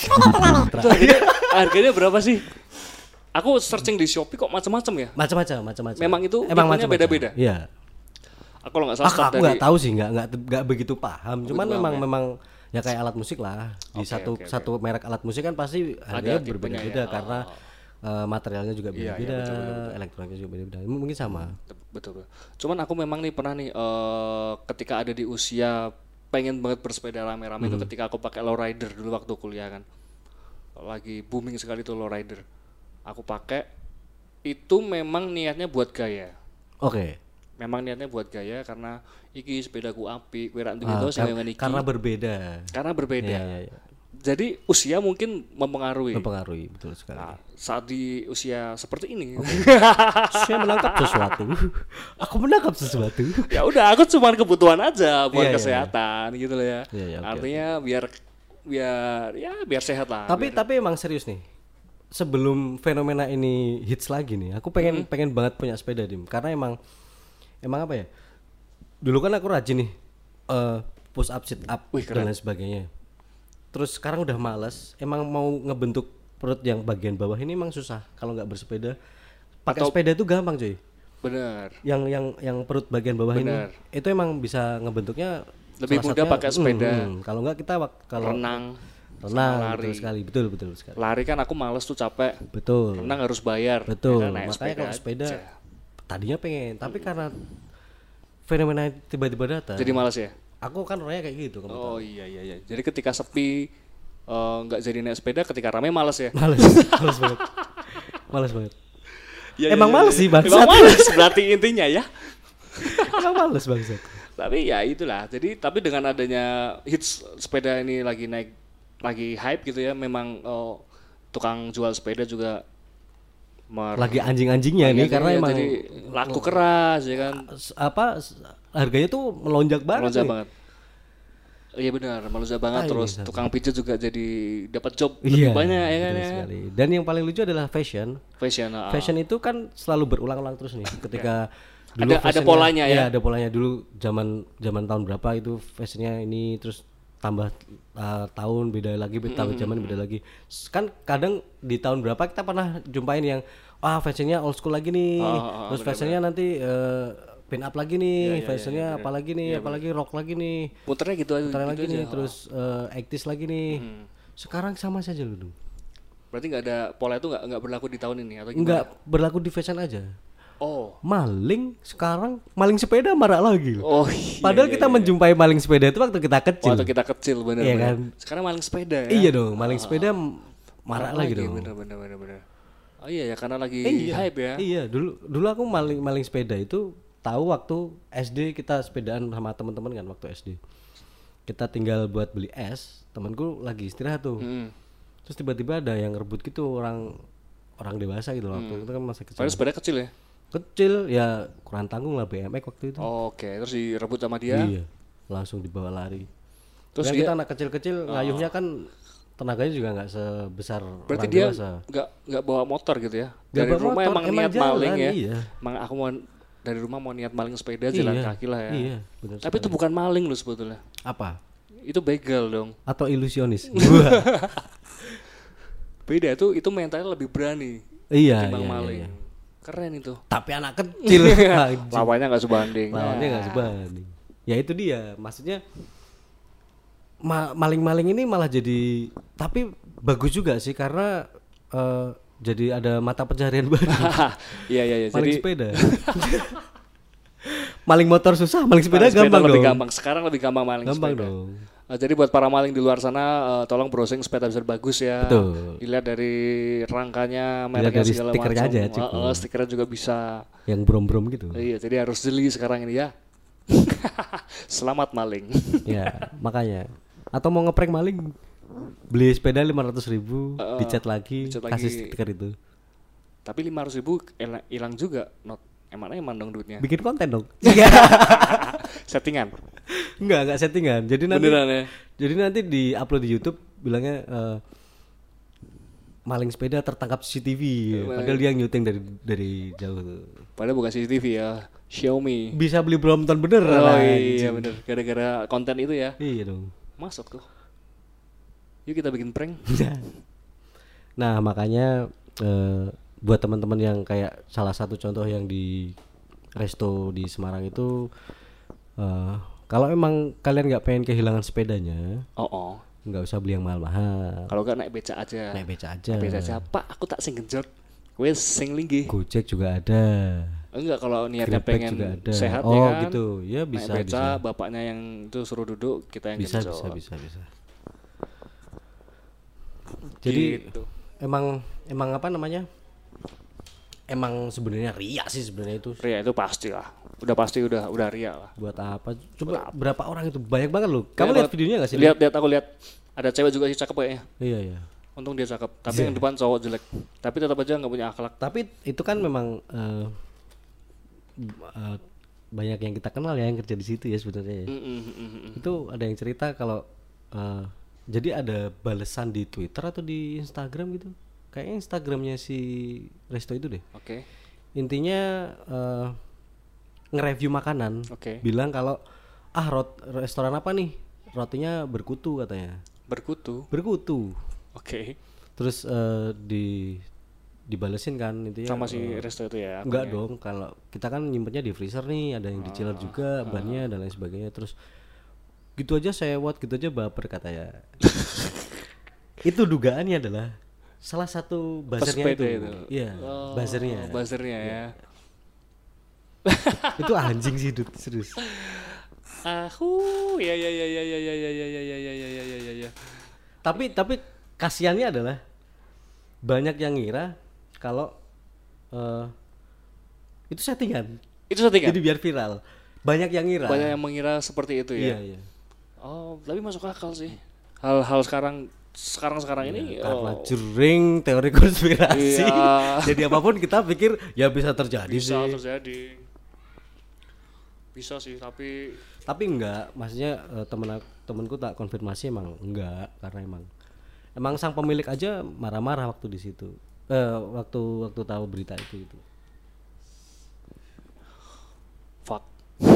[SPEAKER 1] Harganya, harganya berapa sih? Aku searching di Shopee kok macam-macam ya.
[SPEAKER 2] Macam-macam, macam-macam.
[SPEAKER 1] Memang itu tipenya
[SPEAKER 2] macam-macam.
[SPEAKER 1] beda-beda?
[SPEAKER 2] Iya.
[SPEAKER 1] Aku kalau nggak salah
[SPEAKER 2] Aku
[SPEAKER 1] start
[SPEAKER 2] Ah, aku
[SPEAKER 1] dari Oh,
[SPEAKER 2] nggak tahu sih, nggak nggak nggak begitu paham. Cuman memang memang ya kayak alat musik lah. Di satu satu merek alat musik kan pasti harganya
[SPEAKER 1] ya.
[SPEAKER 2] berbeda-beda karena
[SPEAKER 1] Oh,
[SPEAKER 2] eh, materialnya
[SPEAKER 1] Iya,
[SPEAKER 2] juga beda-beda, elektroniknya juga beda-beda. Mungkin sama.
[SPEAKER 1] betul. betul. Cuman aku memang nih pernah nih eh, ketika ada di usia pengen banget bersepeda rame-rame
[SPEAKER 2] Hmm.
[SPEAKER 1] itu ketika aku pakai lowrider dulu waktu kuliah kan. Lagi booming sekali tuh lowrider. Aku pakai itu memang niatnya buat gaya.
[SPEAKER 2] Oke.
[SPEAKER 1] Memang niatnya buat gaya karena iki sepedaku apik, kowe ra duwe
[SPEAKER 2] Ah,
[SPEAKER 1] dosa
[SPEAKER 2] kar-
[SPEAKER 1] dengan iki.
[SPEAKER 2] karena berbeda.
[SPEAKER 1] Karena berbeda.
[SPEAKER 2] Ya, ya, ya.
[SPEAKER 1] Jadi usia mungkin mempengaruhi.
[SPEAKER 2] Mempengaruhi betul sekali.
[SPEAKER 1] Nah, saat di usia seperti ini.
[SPEAKER 2] Saya menangkap sesuatu. Aku menangkap sesuatu.
[SPEAKER 1] ya udah aku cuma kebutuhan aja
[SPEAKER 2] Iya,
[SPEAKER 1] buat
[SPEAKER 2] iya,
[SPEAKER 1] kesehatan gitu loh ya.
[SPEAKER 2] Iya, iya, oke,
[SPEAKER 1] Artinya biar biar ya biar sehat lah.
[SPEAKER 2] tapi tapi emang serius nih. Sebelum fenomena ini hits lagi nih, aku pengen pengen banget punya sepeda dim. Karena emang emang apa ya? Dulu kan aku rajin nih eh, push up, sit up dan lain sebagainya. Terus sekarang udah males. Emang mau ngebentuk perut yang bagian bawah ini emang susah kalau nggak bersepeda. Pakai sepeda itu gampang cuy.
[SPEAKER 1] bener
[SPEAKER 2] yang yang yang perut bagian bawah
[SPEAKER 1] Benar.
[SPEAKER 2] ini itu emang bisa ngebentuknya
[SPEAKER 1] Lebih
[SPEAKER 2] salah
[SPEAKER 1] mudah
[SPEAKER 2] satunya-
[SPEAKER 1] pakai sepeda.
[SPEAKER 2] Hmm, hmm. kalau enggak kita wak- kalau
[SPEAKER 1] renang
[SPEAKER 2] renang betul sekali betul betul sekali
[SPEAKER 1] lari kan aku males tuh capek.
[SPEAKER 2] betul
[SPEAKER 1] Renang harus bayar.
[SPEAKER 2] Iya. betul
[SPEAKER 1] Ya kan, naik
[SPEAKER 2] makanya
[SPEAKER 1] sepeda.
[SPEAKER 2] kalau sepeda tadinya pengen tapi karena fenomena tiba-tiba datang
[SPEAKER 1] Jadi males ya.
[SPEAKER 2] aku kan orangnya kayak gitu kamu
[SPEAKER 1] Oh iya iya iya. Jadi ketika sepi eh, nggak jadi naik sepeda, ketika rame males ya.
[SPEAKER 2] males males banget males banget
[SPEAKER 1] Iya, iya,
[SPEAKER 2] Emang
[SPEAKER 1] iya,
[SPEAKER 2] males
[SPEAKER 1] iya.
[SPEAKER 2] sih, bangsat.
[SPEAKER 1] Emang males berarti intinya ya.
[SPEAKER 2] emang males banget
[SPEAKER 1] Tapi ya itulah. Jadi tapi dengan adanya hits sepeda ini lagi naik lagi hype gitu ya, memang eh, tukang jual sepeda juga mer-
[SPEAKER 2] lagi anjing-anjingnya nih karena
[SPEAKER 1] ya,
[SPEAKER 2] emang
[SPEAKER 1] jadi laku keras ya kan.
[SPEAKER 2] s- apa s- harganya tuh melonjak banget
[SPEAKER 1] Melonjak
[SPEAKER 2] nih.
[SPEAKER 1] banget. Iya benar, melonjak banget terus tukang pijat juga jadi dapat job
[SPEAKER 2] Iya,
[SPEAKER 1] lebih banyak ya kan
[SPEAKER 2] betul
[SPEAKER 1] ya.
[SPEAKER 2] sekali. Dan yang paling lucu adalah fashion.
[SPEAKER 1] Fashion. ah. Iya.
[SPEAKER 2] Fashion itu kan selalu berulang-ulang terus nih. Ketika
[SPEAKER 1] Ada- ada
[SPEAKER 2] fashionnya-
[SPEAKER 1] polanya ya.
[SPEAKER 2] Iya, ada polanya dulu zaman zaman tahun berapa itu fashionnya ini terus tambah uh, tahun beda lagi be- tambah zaman beda lagi S- kan kadang di tahun berapa kita pernah jumpain yang ah fashionnya old school lagi nih
[SPEAKER 1] Ah, ah,
[SPEAKER 2] terus fashionnya nanti eh, pin up lagi
[SPEAKER 1] Iya,
[SPEAKER 2] nih fashionnya apalagi nih apalagi rock lagi nih
[SPEAKER 1] Puternya gitu aja.
[SPEAKER 2] trend lagi
[SPEAKER 1] gitu
[SPEAKER 2] nih
[SPEAKER 1] Iya, aja.
[SPEAKER 2] terus eh, actis lagi nih sekarang sama saja loh Dum.
[SPEAKER 1] Berarti nggak ada pola itu nggak nggak berlaku di tahun ini atau gimana?
[SPEAKER 2] nggak berlaku di fashion aja
[SPEAKER 1] Oh.
[SPEAKER 2] maling sekarang maling sepeda marak lagi loh.
[SPEAKER 1] Oh. iya,
[SPEAKER 2] Padahal
[SPEAKER 1] iya,
[SPEAKER 2] kita menjumpai maling sepeda itu waktu kita
[SPEAKER 1] iya.
[SPEAKER 2] kecil.
[SPEAKER 1] Waktu kita kecil bener
[SPEAKER 2] Iya
[SPEAKER 1] bener.
[SPEAKER 2] kan?
[SPEAKER 1] Sekarang maling sepeda ya.
[SPEAKER 2] Iya dong, maling sepeda m- marak lagi dong.
[SPEAKER 1] Bener bener bener bener. Oh iya ya karena lagi hype ya.
[SPEAKER 2] gitu. Iya, dulu dulu aku maling maling sepeda itu tahu waktu SD kita sepedaan sama teman-teman kan waktu SD. Kita tinggal buat beli es, temanku lagi istirahat tuh.
[SPEAKER 1] Mm.
[SPEAKER 2] Terus tiba-tiba ada yang rebut gitu orang orang dewasa gitu loh. Waktu
[SPEAKER 1] Hmm.
[SPEAKER 2] itu kan masih kecil.
[SPEAKER 1] Padahal sepeda kecil ya.
[SPEAKER 2] Kecil ya kurang tanggung lah BMX waktu itu.
[SPEAKER 1] Oke, terus direbut sama dia.
[SPEAKER 2] Iya, langsung dibawa lari. Terus
[SPEAKER 1] Terus dia- Ah.
[SPEAKER 2] kita anak kecil-kecil ngayuhnya kan tenaganya juga nggak sebesar
[SPEAKER 1] Berarti
[SPEAKER 2] orang
[SPEAKER 1] dia
[SPEAKER 2] dewasa.
[SPEAKER 1] nggak nggak bawa motor gitu ya?
[SPEAKER 2] Nggak
[SPEAKER 1] dari
[SPEAKER 2] bawa
[SPEAKER 1] rumah
[SPEAKER 2] motor,
[SPEAKER 1] emang,
[SPEAKER 2] emang
[SPEAKER 1] niat
[SPEAKER 2] jalan,
[SPEAKER 1] maling ya.
[SPEAKER 2] iya.
[SPEAKER 1] Emang aku mau dari rumah mau niat maling sepeda jalan
[SPEAKER 2] Iya,
[SPEAKER 1] kaki lah ya.
[SPEAKER 2] iya, benar
[SPEAKER 1] Tapi itu bukan maling loh sebetulnya.
[SPEAKER 2] Apa?
[SPEAKER 1] Itu begal dong.
[SPEAKER 2] Atau ilusionis?
[SPEAKER 1] Iya,
[SPEAKER 2] Wah,
[SPEAKER 1] Beda itu itu mentalnya lebih berani
[SPEAKER 2] iya,
[SPEAKER 1] ketimbang
[SPEAKER 2] iya,
[SPEAKER 1] maling.
[SPEAKER 2] iya.
[SPEAKER 1] Keren itu.
[SPEAKER 2] Tapi anak kecil
[SPEAKER 1] Lawannya nggak sebanding.
[SPEAKER 2] lawannya nggak
[SPEAKER 1] iya.
[SPEAKER 2] sebanding. Ya itu dia, maksudnya ma- maling-maling ini malah jadi tapi bagus juga sih karena eh, jadi ada mata pencarian baru.
[SPEAKER 1] Hahaha, Iya iya iya.
[SPEAKER 2] maling
[SPEAKER 1] Jadi
[SPEAKER 2] sepeda. maling motor susah, maling sepeda,
[SPEAKER 1] maling sepeda
[SPEAKER 2] gampang
[SPEAKER 1] lebih
[SPEAKER 2] dong.
[SPEAKER 1] gampang. Sekarang lebih gampang maling
[SPEAKER 2] Gampang
[SPEAKER 1] sepeda.
[SPEAKER 2] dong.
[SPEAKER 1] Eh, jadi buat para maling di luar sana eh, tolong browsing sepeda bisa bagus ya.
[SPEAKER 2] Betul.
[SPEAKER 1] Dilihat dari rangkanya, mereknya
[SPEAKER 2] dari
[SPEAKER 1] segala
[SPEAKER 2] stikernya
[SPEAKER 1] macam.
[SPEAKER 2] aja ya, cukup.
[SPEAKER 1] Eh, eh, stikernya juga bisa.
[SPEAKER 2] Yang brom-brom gitu.
[SPEAKER 1] Iya, jadi harus jeli sekarang ini ya. Selamat maling.
[SPEAKER 2] ya, makanya. Atau mau ngeprank maling beli sepeda 500 ribu, dicat lagi,
[SPEAKER 1] dicat
[SPEAKER 2] kasih
[SPEAKER 1] lagi.
[SPEAKER 2] stiker itu.
[SPEAKER 1] Tapi 500 ribu hila- hilang juga. Not emang emang dong duitnya.
[SPEAKER 2] Bikin konten dong.
[SPEAKER 1] Iya.
[SPEAKER 2] Enggak,
[SPEAKER 1] Settingan.
[SPEAKER 2] enggak, enggak settingan. Jadi nanti
[SPEAKER 1] Beneran ya.
[SPEAKER 2] Jadi nanti di-upload di YouTube bilangnya eh, maling sepeda tertangkap CCTV. Padahal dia nyuting dari dari jauh. tuh.
[SPEAKER 1] Padahal bukan CCTV ya, Xiaomi.
[SPEAKER 2] Bisa beli Brompton bener.
[SPEAKER 1] Oh
[SPEAKER 2] anjing.
[SPEAKER 1] iya bener, gara-gara konten itu ya.
[SPEAKER 2] Iya dong.
[SPEAKER 1] Masuk tuh. Yuk kita bikin prank.
[SPEAKER 2] Nah makanya eh, buat teman-teman yang kayak salah satu contoh yang di resto di Semarang itu eh, kalau emang kalian nggak pengen kehilangan sepedanya
[SPEAKER 1] Oh oh.
[SPEAKER 2] nggak usah beli yang mahal-mahal
[SPEAKER 1] Kalau nggak naik beca aja.
[SPEAKER 2] naik beca aja
[SPEAKER 1] Naik beca aja. Pak, aku tak sing genjot. Wes sing linggih.
[SPEAKER 2] Gojek juga ada
[SPEAKER 1] Enggak kalau niatnya
[SPEAKER 2] Grabback
[SPEAKER 1] pengen
[SPEAKER 2] juga ada
[SPEAKER 1] sehat ya
[SPEAKER 2] oh
[SPEAKER 1] kan.
[SPEAKER 2] gitu ya
[SPEAKER 1] Naik
[SPEAKER 2] bisa
[SPEAKER 1] beca, bapaknya yang itu suruh duduk, kita yang
[SPEAKER 2] bisa
[SPEAKER 1] genjot.
[SPEAKER 2] bisa bisa bisa jadi
[SPEAKER 1] Gitu.
[SPEAKER 2] emang emang apa namanya emang sebenarnya ria sih sebenarnya itu
[SPEAKER 1] Ria itu pasti lah. Udah pasti udah udah ria lah.
[SPEAKER 2] buat apa coba berapa orang itu banyak banget loh kamu lihat videonya gak sih
[SPEAKER 1] Lihat lihat aku lihat ada cewek juga sih cakep kayaknya.
[SPEAKER 2] iya iya
[SPEAKER 1] Untung dia cakep, tapi yang depan cowok jelek. Tapi tetap aja nggak punya akhlak.
[SPEAKER 2] tapi itu kan memang eh, b- eh, banyak yang kita kenal ya yang kerja di situ ya sebenarnya ya.
[SPEAKER 1] Mm, mm, mm, mm.
[SPEAKER 2] itu ada yang cerita kalau eh, jadi ada balesan di Twitter atau di Instagram gitu kayaknya Instagramnya si resto itu deh
[SPEAKER 1] Oke.
[SPEAKER 2] intinya eh, nge-review makanan
[SPEAKER 1] Oke.
[SPEAKER 2] bilang kalau ah rot restoran apa nih rotinya berkutu katanya
[SPEAKER 1] Berkutu.
[SPEAKER 2] berkutu
[SPEAKER 1] Oke.
[SPEAKER 2] terus eh, di dibalesin kan intinya
[SPEAKER 1] Sama si resto itu ya.
[SPEAKER 2] enggak dong kalau kita kan nyimpennya di freezer nih ada yang diceler
[SPEAKER 1] Ah,
[SPEAKER 2] juga bannya dan lain sebagainya terus gitu aja sewot gitu aja baper katanya itu dugaannya adalah salah satu buzzernya itu
[SPEAKER 1] Pesepeda itu. Oh.
[SPEAKER 2] iya buzzernya
[SPEAKER 1] Buzzernya ya.
[SPEAKER 2] itu anjing sih Dut, serius
[SPEAKER 1] Ahu, ya ya ya ya ya ya ya ya ya ya ya ya ya ya ya ya.
[SPEAKER 2] tapi tapi kasihannya adalah banyak yang ngira kalau eh, itu settingan
[SPEAKER 1] Itu settingan.
[SPEAKER 2] jadi biar viral banyak yang ngira
[SPEAKER 1] Iya. Banyak yang mengira seperti itu ya.
[SPEAKER 2] iya iya
[SPEAKER 1] Oh, tapi masuk akal sih. Hal-hal sekarang sekarang sekarang ini
[SPEAKER 2] Iya, karena
[SPEAKER 1] oh,
[SPEAKER 2] jering teori konspirasi
[SPEAKER 1] Iya.
[SPEAKER 2] jadi apapun kita pikir ya bisa terjadi
[SPEAKER 1] bisa
[SPEAKER 2] sih
[SPEAKER 1] terjadi. Bisa sih, tapi
[SPEAKER 2] tapi enggak maksudnya eh, temen ak- temenku tak konfirmasi emang enggak karena emang emang sang pemilik aja marah-marah waktu di situ eh, waktu waktu tahu berita itu gitu
[SPEAKER 1] fuck.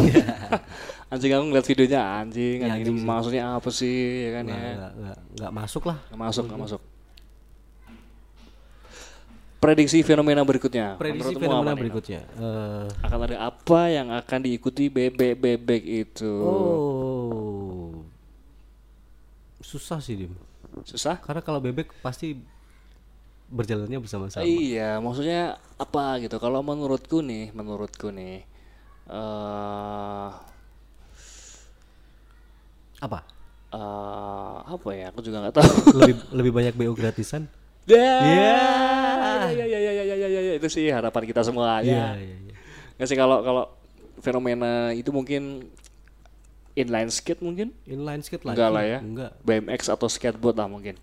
[SPEAKER 1] anjing aku ngeliat videonya anjing,
[SPEAKER 2] Iya,
[SPEAKER 1] anjing ini
[SPEAKER 2] anjing sih. Nah,
[SPEAKER 1] maksudnya apa sih ya kan
[SPEAKER 2] nggak
[SPEAKER 1] ya
[SPEAKER 2] nggak nggak- nggak masuk lah
[SPEAKER 1] nggak masuk nggak masuk prediksi fenomena berikutnya
[SPEAKER 2] prediksi
[SPEAKER 1] Menurutmu apa
[SPEAKER 2] fenomena
[SPEAKER 1] nih, Nok?
[SPEAKER 2] berikutnya Eh,
[SPEAKER 1] akan ada apa yang akan diikuti bebek bebek itu
[SPEAKER 2] oh susah sih dim
[SPEAKER 1] susah
[SPEAKER 2] karena kalau bebek pasti berjalannya bersama-sama
[SPEAKER 1] Iya, maksudnya apa gitu? Kalau menurutku nih, menurutku nih, eh
[SPEAKER 2] apa
[SPEAKER 1] eh, apa ya? Aku juga nggak tahu.
[SPEAKER 2] lebih lebih banyak bo gratisan
[SPEAKER 1] Ya, ya, ya, ya, ya, ya, ya, ya, ya, itu sih harapan kita semua ya.
[SPEAKER 2] iya iya
[SPEAKER 1] Nggak sih kalau kalau fenomena itu mungkin inline skate mungkin
[SPEAKER 2] inline skate lagi
[SPEAKER 1] enggak lah ya,
[SPEAKER 2] enggak
[SPEAKER 1] BMX atau skateboard lah mungkin.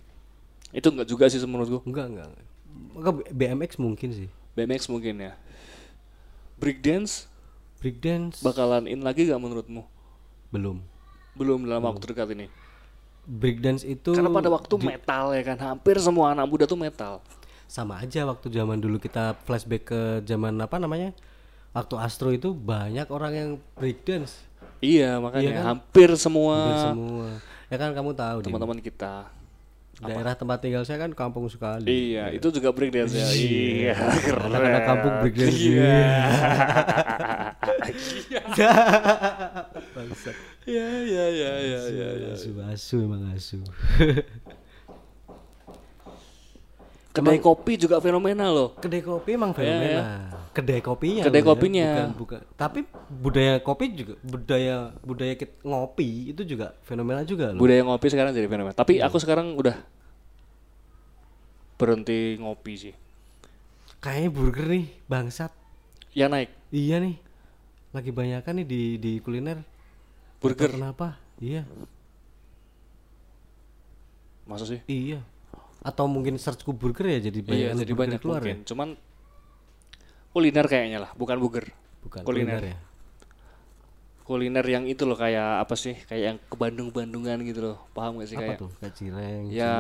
[SPEAKER 1] Itu enggak juga sih menurutku.
[SPEAKER 2] enggak enggak Maka BMX mungkin sih
[SPEAKER 1] BMX mungkin ya. Breakdance
[SPEAKER 2] breakdance
[SPEAKER 1] bakalan in lagi gak menurutmu?
[SPEAKER 2] belum
[SPEAKER 1] Belum dalam waktu dekat ini.
[SPEAKER 2] breakdance itu
[SPEAKER 1] Karena pada waktu metal ya kan, hampir semua anak muda tuh metal.
[SPEAKER 2] sama aja waktu zaman dulu kita flashback ke zaman apa namanya waktu Astro itu banyak orang yang breakdance
[SPEAKER 1] Iya makanya hampir semua
[SPEAKER 2] semua ya kan kamu tahu di
[SPEAKER 1] Eh. teman-teman kita.
[SPEAKER 2] daerah tempat tinggal saya kan kampung sekali
[SPEAKER 1] Iya, itu juga breakdance ya. Iya, keren.
[SPEAKER 2] anak-anak kampung breakdance
[SPEAKER 1] Iya.
[SPEAKER 2] Bangsat.
[SPEAKER 1] Iya, iya, iya, iya, iya.
[SPEAKER 2] asu asu emang asu
[SPEAKER 1] Kedai kopi juga fenomena loh.
[SPEAKER 2] kedai kopi emang fenomena kedai kopinya
[SPEAKER 1] Kedai
[SPEAKER 2] loh ya,
[SPEAKER 1] kopinya.
[SPEAKER 2] bukan, bukan. tapi budaya kopi juga budaya budaya kita ngopi itu juga fenomena juga loh
[SPEAKER 1] Budaya ngopi sekarang jadi fenomena. Tapi aku sekarang udah berhenti ngopi sih.
[SPEAKER 2] kayaknya burger nih bangsat
[SPEAKER 1] Ya naik
[SPEAKER 2] iya nih lagi banyak nih di di kuliner Entah
[SPEAKER 1] burger.
[SPEAKER 2] kenapa iya
[SPEAKER 1] Masa sih?
[SPEAKER 2] iya atau mungkin search ku burger ya jadi banyak
[SPEAKER 1] Iya, jadi banyak
[SPEAKER 2] keluar ya?
[SPEAKER 1] mungkin. Cuman kuliner kayaknya lah, bukan burger.
[SPEAKER 2] ya bukan
[SPEAKER 1] Kuliner.
[SPEAKER 2] kuliner, ya
[SPEAKER 1] Kuliner yang itu loh kayak apa sih? Kayak yang ke Bandung-Bandungan gitu loh. Paham gak sih
[SPEAKER 2] apa
[SPEAKER 1] kayak?
[SPEAKER 2] tuh kayak cireng
[SPEAKER 1] Ya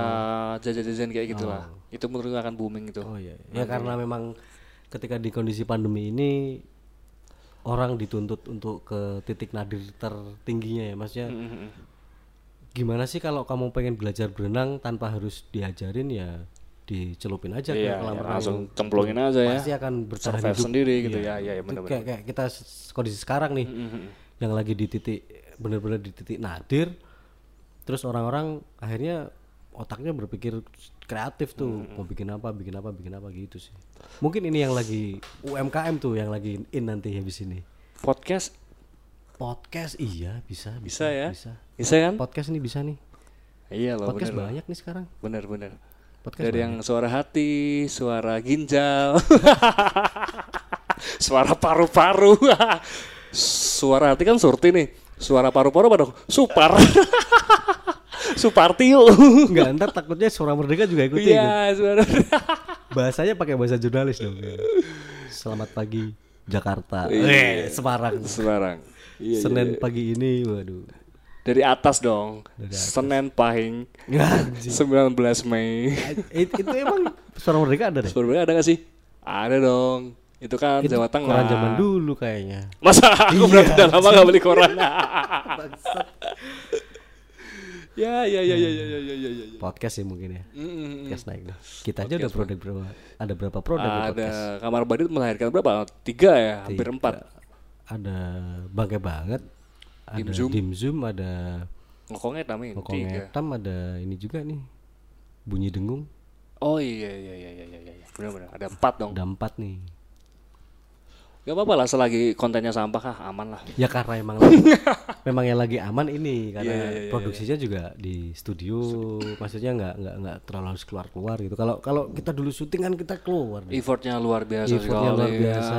[SPEAKER 1] jajan-jajan kayak gitulah. Itu menurut gua akan booming itu.
[SPEAKER 2] Oh iya, ya karena memang ketika di kondisi pandemi ini orang dituntut untuk ke titik nadir tertingginya ya, maksudnya gimana sih kalau kamu pengen belajar berenang tanpa harus diajarin ya dicelupin aja ke
[SPEAKER 1] Iya,
[SPEAKER 2] kolam
[SPEAKER 1] ya,
[SPEAKER 2] renang
[SPEAKER 1] langsung cemplungin aja ya.
[SPEAKER 2] gitu? pasti akan bertahan
[SPEAKER 1] Survive
[SPEAKER 2] hidup.
[SPEAKER 1] sendiri gitu ya. Iya,
[SPEAKER 2] Itu
[SPEAKER 1] ya, benar-benar.
[SPEAKER 2] kayak, kayak kita s- kondisi sekarang nih
[SPEAKER 1] Mm-hmm,
[SPEAKER 2] yang lagi di titik benar-benar di titik nadir terus orang-orang akhirnya otaknya berpikir kreatif tuh
[SPEAKER 1] Mm-hmm,
[SPEAKER 2] mau bikin apa bikin apa bikin apa gitu sih mungkin ini yang lagi UMKM tuh yang lagi in nanti habis ini
[SPEAKER 1] Podcast
[SPEAKER 2] podcast iya bisa
[SPEAKER 1] bisa ya?
[SPEAKER 2] bisa
[SPEAKER 1] Bisa kan?
[SPEAKER 2] podcast ini bisa nih
[SPEAKER 1] Iya loh,
[SPEAKER 2] podcast
[SPEAKER 1] bener.
[SPEAKER 2] banyak nih sekarang
[SPEAKER 1] Bener, bener.
[SPEAKER 2] podcast
[SPEAKER 1] Dari yang suara hati, suara ginjal, suara paru-paru, suara hati kan surti nih, suara paru-paru pada supar, supartio,
[SPEAKER 2] enggak ntar takutnya suara merdeka juga ikutin
[SPEAKER 1] iya suara
[SPEAKER 2] bahasanya pakai bahasa jurnalis dong. Selamat pagi Jakarta.
[SPEAKER 1] Iya.
[SPEAKER 2] Eh, Semarang.
[SPEAKER 1] Semarang. Iya, iya.
[SPEAKER 2] Senin pagi ini, waduh.
[SPEAKER 1] Dari atas dong, Senin Pahing, 19 Mei.
[SPEAKER 2] It- itu emang suara mereka ada deh.
[SPEAKER 1] Surabaya ada gak sih? Ada dong, itu kan Jawa Tengah.
[SPEAKER 2] Koran zaman dulu kayaknya.
[SPEAKER 1] Masa
[SPEAKER 2] Iya,
[SPEAKER 1] aku berarti udah lama gak beli koran? ya, ya, ya, ya, ya, ya, ya, ya, ya.
[SPEAKER 2] Podcast sih mungkin
[SPEAKER 1] Mm,
[SPEAKER 2] ya.
[SPEAKER 1] Mm-mm.
[SPEAKER 2] Podcast naik dong. Kita aja udah produk berapa? Ada berapa produk ya, di
[SPEAKER 1] Ada
[SPEAKER 2] podcast?
[SPEAKER 1] kamar mandi melahirkan berapa? Tiga ya, hampir empat.
[SPEAKER 2] Ada bangke banget. Ada
[SPEAKER 1] Dimsum.
[SPEAKER 2] dimsum, ada
[SPEAKER 1] Ngokongnya tamin tiga.
[SPEAKER 2] kongetam, ada ini juga nih. Bunyi dengung.
[SPEAKER 1] Oh iya iya iya iya iya. iya. Benar-benar ada empat dong.
[SPEAKER 2] Ada empat nih.
[SPEAKER 1] Gak apa-apa lah selagi kontennya sampah kah aman lah.
[SPEAKER 2] Ya karena emang lagi- memang yang lagi aman ini karena produksinya juga di studio, maksudnya nggak nggak nggak terlalu harus keluar keluar gitu. Kalau kalau kita dulu syuting kan kita keluar, deh.
[SPEAKER 1] Effortnya luar biasa
[SPEAKER 2] effortnya
[SPEAKER 1] sekali.
[SPEAKER 2] luar biasa.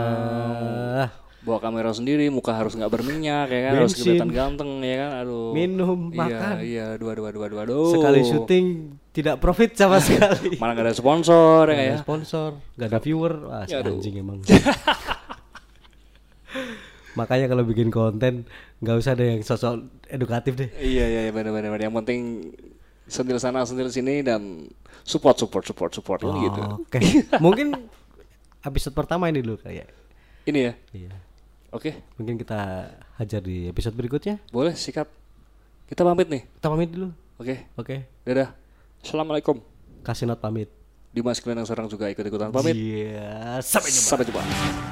[SPEAKER 1] Bawa kamera sendiri, muka harus nggak berminyak ya kan, harus
[SPEAKER 2] Bensin.
[SPEAKER 1] kelihatan ganteng ya kan. Aduh.
[SPEAKER 2] Minum, makan.
[SPEAKER 1] Iya iya dua dua dua dua dua.
[SPEAKER 2] Sekali syuting tidak profit sama sekali.
[SPEAKER 1] Malah gak ada sponsor ya
[SPEAKER 2] Nggak
[SPEAKER 1] kayak.
[SPEAKER 2] ada sponsor, nggak ada viewer, wah si anjing emang. Makanya kalau bikin konten nggak usah ada yang sosok edukatif deh.
[SPEAKER 1] Iya iya iya, benar benar benar. yang penting sentil sana sentil sini dan support support support support kan gitu.
[SPEAKER 2] Oh. Oke, mungkin episode pertama ini dulu kayak.
[SPEAKER 1] Ini ya.
[SPEAKER 2] Iya.
[SPEAKER 1] Oke,
[SPEAKER 2] Mungkin kita hajar di episode berikutnya.
[SPEAKER 1] boleh sikat. Kita pamit nih.
[SPEAKER 2] Kita pamit dulu.
[SPEAKER 1] Oke,
[SPEAKER 2] Oke.
[SPEAKER 1] dadah. Assalamualaikum.
[SPEAKER 2] Kasih not pamit.
[SPEAKER 1] Dimas kalian yang sekarang juga ikut-ikutan pamit.
[SPEAKER 2] Iya. Sampai jumpa.
[SPEAKER 1] Sampai jumpa.